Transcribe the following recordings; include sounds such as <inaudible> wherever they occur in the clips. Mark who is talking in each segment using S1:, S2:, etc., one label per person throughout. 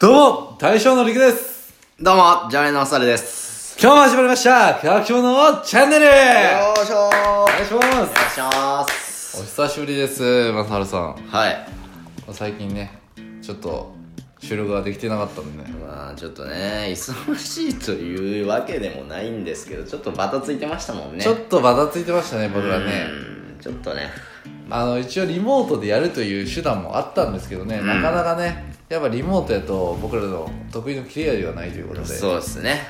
S1: どうも、大将のりくです。
S2: どうも、ジャーナリのあさるです。
S1: 今日も始まりました、科学賞のチャンネル
S2: よーしょー。
S1: お
S2: お願
S1: 願いしま
S2: いします。
S1: す。お久しぶりです、まさはるさん。
S2: はい。
S1: 最近ね、ちょっと収録ができてなかったんでね。
S2: まあ、ちょっとね、忙しいというわけでもないんですけど、ちょっとバタついてましたもんね。
S1: ちょっとバタついてましたね、僕らね。
S2: うんちょっとね。
S1: あの、一応リモートでやるという手段もあったんですけどね、なかなかね、やっぱリモートやと僕らの得意の切れ味がないということで。
S2: そうですね。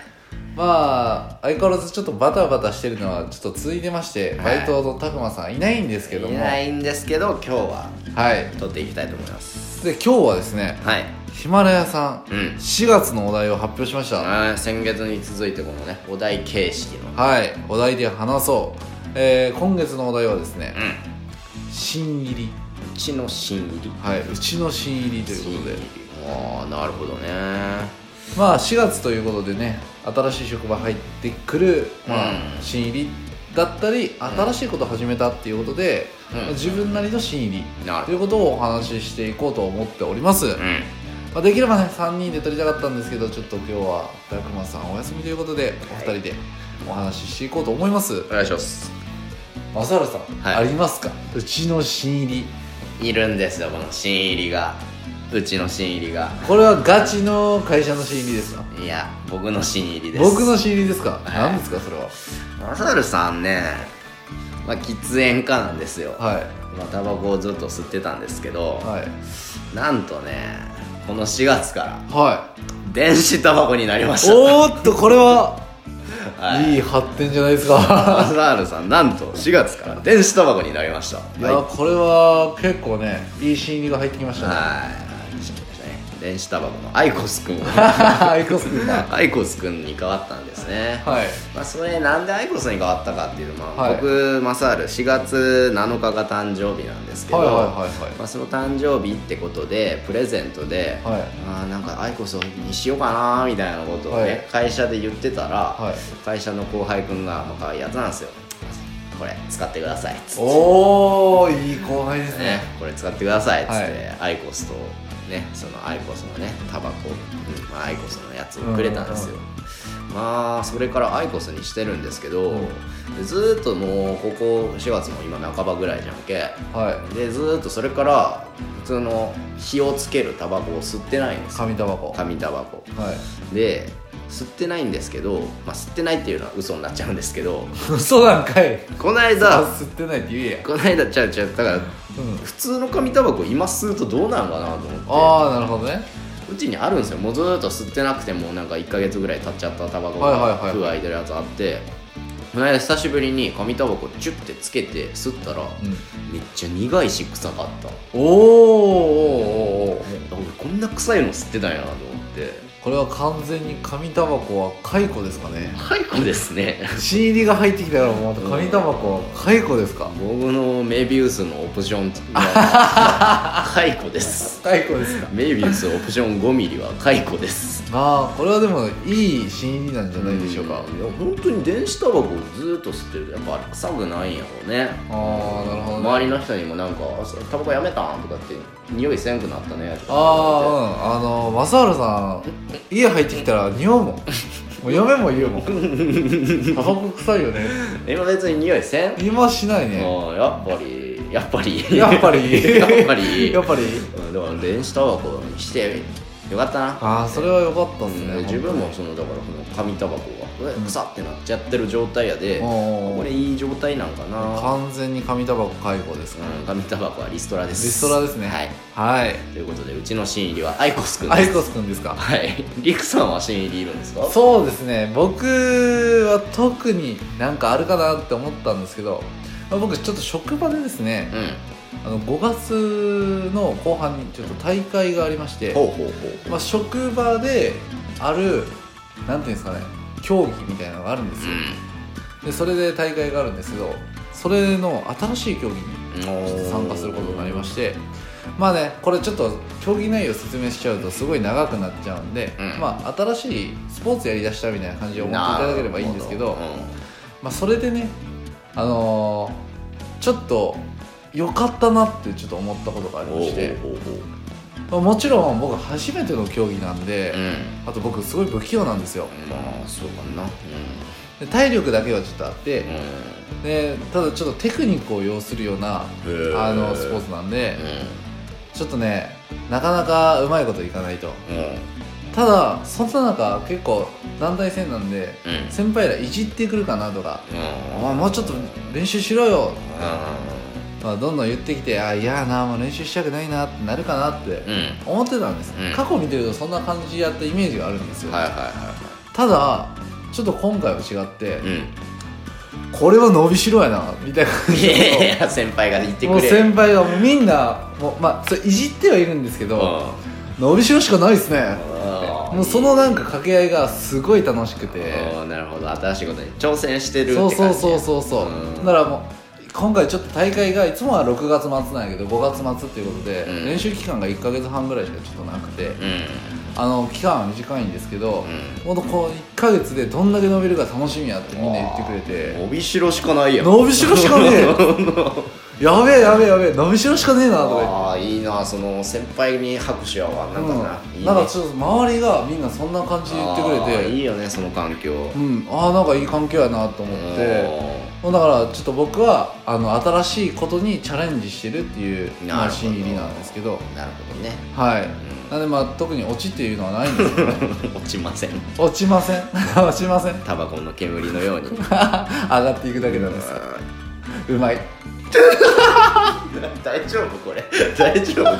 S1: まあ、相変わらずちょっとバタバタしてるのはちょっと続いてまして、
S2: はい
S1: バイトのたくまさんいないんですけど
S2: い
S1: も。
S2: ないんですけど、今日は
S1: はい。
S2: 撮っていきたいと思います。
S1: で、今日はですね、
S2: はい。
S1: ヒマラヤさん、
S2: うん
S1: 4月のお題を発表しました
S2: あー先月に続いてこのね、お題形式の。
S1: はいお題で話そう、えー、今月のお題はですね
S2: う
S1: 「新入り
S2: ん。うちの新入り」。
S1: はいうちの新入りということで
S2: 新入りああ、なるほどね。
S1: まあ4月ということでね新しい職場入ってくる、まあ
S2: うん
S1: 新入りだったり新しいこと始めたっていうことで、
S2: うん
S1: 自分なりの新入り
S2: なる
S1: ということをお話ししていこうと思っております、
S2: うん。
S1: まあ、できればね3人で撮りたかったんですけどちょっと今日はたくまさんお休みということでお二人でお話ししていこうと思います
S2: お願いします。
S1: マサルさん、
S2: はい
S1: ありますかうちの新入り
S2: いるんですよこの新入りがうちの新入りが
S1: これはガチの会社の新入りですか
S2: いや僕の新入りです
S1: 僕の新入りですか、
S2: い
S1: 何ですかそれは
S2: マサルさんねまあ喫煙家なんですよ、
S1: はい
S2: まあタバコをずっと吸ってたんですけど、
S1: はい
S2: なんとねこの4月から
S1: はい
S2: 電子タバコになりました
S1: おーっとこれは、
S2: はい
S1: いい発展じゃないですか
S2: マサルさんなんと4月から電子タバコになりました
S1: い
S2: はい
S1: やこれは結構ねいい新入りが入ってきましたね
S2: はいしましたね電子タバコのアイコスくん
S1: <laughs> アイコス君が
S2: アイコスくんに変わったんですね
S1: はい
S2: まあ、それなんでアイコスに変わったかっていうと、まあ
S1: はい
S2: 僕マサール4月7日が誕生日なんですけど、
S1: はいはい
S2: まあ、その誕生日ってことでプレゼントで、
S1: はいはい
S2: あーなんかアイコスにしようかなーみたいなことをね、
S1: はい
S2: 会社で言ってたら、
S1: はい
S2: 会社の後輩くんが、まあ、可愛いやつなんですよこれ使ってくださいっつって、
S1: おーいい後輩です
S2: ね
S1: ね、
S2: これ使ってくださいっつって、
S1: はい
S2: アイコスとねそのアイコスのねタバコ、うんまあ、アイコスのやつをくれたんですよ、
S1: うん
S2: まあそれからアイコスにしてるんですけど、
S1: うん
S2: でずーっともうここ4月も今半ばぐらいじゃんけ
S1: は
S2: でずーっとそれから普通の火をつけるタバコを吸ってないんで
S1: い
S2: すよ
S1: 紙タバコ
S2: 紙タバコ
S1: はい
S2: で吸ってないんですけど、まあ、吸ってないっていうのは嘘になっちゃうんですけど
S1: 嘘なんかい
S2: この間
S1: 吸ってないって言えや、
S2: この間ちゃうちゃうだから
S1: うん、
S2: 普通の紙タバコ今吸うとどうなのかなと思っ
S1: ああなるほどね
S2: てうちにあるんですよもうずーっと吸ってなくてもうなんか1ヶ月ぐらい経っちゃったタバコ
S1: はいはい
S2: が
S1: はい
S2: 封開いてるやつあってこの間久しぶりに紙タバコチュッてつけて吸ったら、めっちゃ苦いし臭かった
S1: おーおーおーおー
S2: 俺こんな臭いの吸ってたんやなと思って
S1: <laughs> これは完全に紙タバコは蚕ですかね
S2: 解雇ですね
S1: 新入りが入ってきたからもう紙タバコは蚕ですか
S2: 僕のメビウスのオプション
S1: <laughs>
S2: は解雇です
S1: 蚕ですか
S2: メビウスオプション5ミリは解雇です
S1: ああこれはでもいい新入りなんじゃないでしょうか、
S2: んいや本当に電子タバコをずっと吸ってるとやっぱあれ臭くないんやろうね
S1: ああなるほど、ね、
S2: 周りの人にもなんかあ「タバコやめたん?」とかって「匂いせんくなったね」とか
S1: ああうんあの正治さん家入ってきたら匂うもんもう嫁も言うも
S2: <laughs>
S1: んタバコ臭いよね
S2: 今別に匂いせん、
S1: 今しないね
S2: もうやっぱりやっぱり
S1: やっぱり
S2: <laughs> やっぱり
S1: やっぱり
S2: うんだから電子タバコにしてよかったな
S1: ああそれは良かった
S2: う
S1: です
S2: ん
S1: ね
S2: 自分もそのだからその紙タバコがうわ腐ってなっちゃってる状態やで、
S1: も
S2: これいい状態なんかな、
S1: 完全に紙タバコ解放ですね
S2: うん、紙タバコはリストラで
S1: リ
S2: す
S1: ストラですね
S2: はい
S1: はい
S2: ということでうちの新入りはアイコスくん
S1: ア
S2: です
S1: イコスくんですか
S2: はいリクさんは新入りいるんですか
S1: そうですね僕は特になんかあるかなって思ったんですけどまあ僕ちょっと職場でですね、
S2: うん
S1: あの5月の後半にちょっと大会がありまして
S2: ほうほうほ
S1: まあ、職場であるなんていうんですかね競技みたいなのがあるんです
S2: う
S1: よでそれで大会があるんですけどそれの新しい競技に
S2: うん
S1: ちょっと参加することになりましてまあねこれちょっと競技内容説明しちゃうとすごい長くなっちゃうんで、
S2: うん
S1: まあ、新しいスポーツやりだしたみたいな感じを思っていただければいいんですけど
S2: なるほ
S1: まあ、それでねあのーちょっと良かったなってちょっと思ったことがあり
S2: ど
S1: まして
S2: ほうほうほう
S1: まあもちろん僕初めての競技なんで、
S2: うん
S1: あと僕すごい不器用なんですよ
S2: まあそうかな
S1: で体力だけはちょっとあって
S2: うん、
S1: でただちょっとテクニックを要するような
S2: うん
S1: あのスポーツなんでちょっとねなかなかうまいこといかないと
S2: うんうん
S1: ただそんな中結構団体戦なんで
S2: うん
S1: 先輩らいじってくるかなとか「
S2: う
S1: おいもうちょっと練習しろよ」
S2: ん
S1: まあ、どんどん言ってきて「あいやーなもう練習したくないな」ってなるかなって
S2: うん
S1: 思ってたんです、
S2: うん
S1: 過去見てるとそんな感じやったイメージがあるんですよ、
S2: はいはいは
S1: ただちょっと今回は違って、
S2: いはいうん
S1: これは伸びしろやなみたいな感
S2: い
S1: じで
S2: やいや先輩が言って
S1: もう
S2: くれる
S1: 先輩がもうみんなもう、まあ、それいじってはいるんですけ
S2: うん
S1: ど、伸びしろしかないですね
S2: うん
S1: もうそのなんか掛け合いがすごい楽しくて
S2: うんなるほど新しいことに挑戦してるって
S1: そ
S2: 感
S1: う
S2: じ
S1: そうそうそうそう
S2: うん
S1: だからもう今回ちょっと大会がいつもは6月末なんやけど5月末っていうことで、
S2: うん
S1: 練習期間が1か月半ぐらいしかちょっとなくて、
S2: うん
S1: あの期間は短いんですけど、
S2: う
S1: ほんとこの1か月でどんだけ伸びるか楽しみやってみんな言ってくれて
S2: 伸びしろしかないやん
S1: 伸びしろし
S2: <laughs>
S1: かねえやべえやべえやべえ伸びしろしかねえなとか言って。
S2: ああいいなその先輩に拍手はわなんかな、
S1: うん
S2: いいね
S1: なんかちょっと周りがみんなそんな感じで言ってくれ
S2: あー
S1: て
S2: いいよねその環境
S1: うん、ああなんかいい環境やなと思ってだからちょっと僕はあの新しいことにチャレンジしてるっていう
S2: うん
S1: まあ心理なんですけど
S2: おーなるほどね
S1: は
S2: <laughs>
S1: い、なんでまあ特に落ちっていうのはないんです <laughs> けど
S2: 落ちません
S1: 落ちません <laughs> 落ちません
S2: タバコの煙の
S1: <laughs>
S2: ように
S1: 上がっていくだけなんですうまい
S2: 大丈夫これ大丈夫これ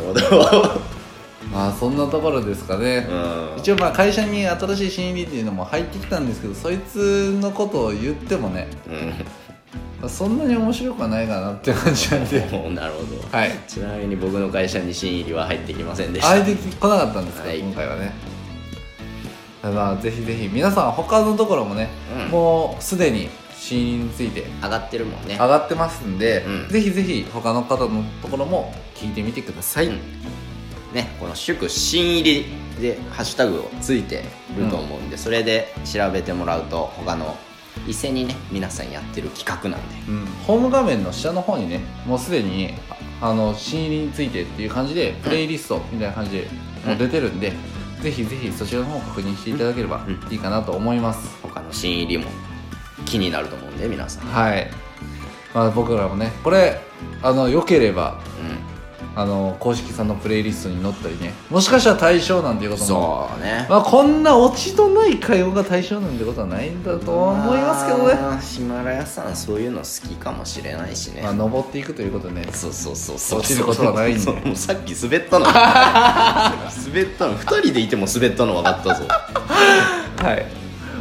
S2: うんなるほど
S1: まあそんなところですかね、
S2: うん
S1: 一応まあ会社に新しい新入りっていうのも入ってきたんですけどそいつのことを言ってもね
S2: <laughs>
S1: まあそんなに面白くはないかなって感じなんで <laughs>
S2: うんなるほど
S1: はい
S2: ちなみに僕の会社に新入りは入ってきませんでした
S1: あえて来なかったんですけど、
S2: はい
S1: 今回はねまあぜひぜひ皆さん他のところもね、
S2: うん
S1: もうすでに死因について
S2: 上がってるもんね
S1: 上がってますんで、
S2: うん
S1: ぜひぜひ他の方のところも聞いてみてください、
S2: うんね、この祝新入りでハッシュタグをついてると思うんで、それで調べてもらうと他の伊勢にね皆さんやってる企画なんで
S1: うんホーム画面の下の方にねもうすでにああの新入りについてっていう感じでプレイリストみたいな感じでもう出てるんで、ぜひぜひそちらの方確認していただければ
S2: うん
S1: いいかなと思います、
S2: 他の新入りも気になると思うんで皆さん、うん、
S1: はい、まあ、僕らもねこれあの良ければあの公式さんのプレイリストに載ったりねもしかしたら対象なんていうことも
S2: そうね
S1: まあ、こんなオチのない会話が対象なんてことはないんだと思いますけどね、
S2: まあヒマラヤさんそういうの好きかもしれないしね、
S1: まあ、登っていくということでね
S2: そうそうそうそう
S1: 落ちることはないんで
S2: そうもうさっき滑ったのさっき滑ったの2人でいても滑ったの分かったぞ
S1: はい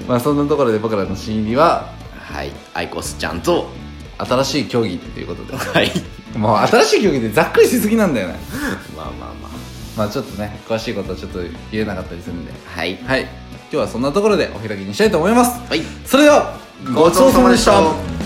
S1: まあそんなところで僕らの新入りは
S2: はいアイコスちゃんと
S1: 新しい競技っていうことで
S2: はい
S1: もう新しい競技ってざっくりしすぎなんだよね
S2: まあまあま
S1: まあちょっとね詳しいことはちょっと言えなかったりするんで
S2: あはい
S1: はい今日はそんなところでお開きにしたいと思います
S2: はい
S1: それではごちそうさまでした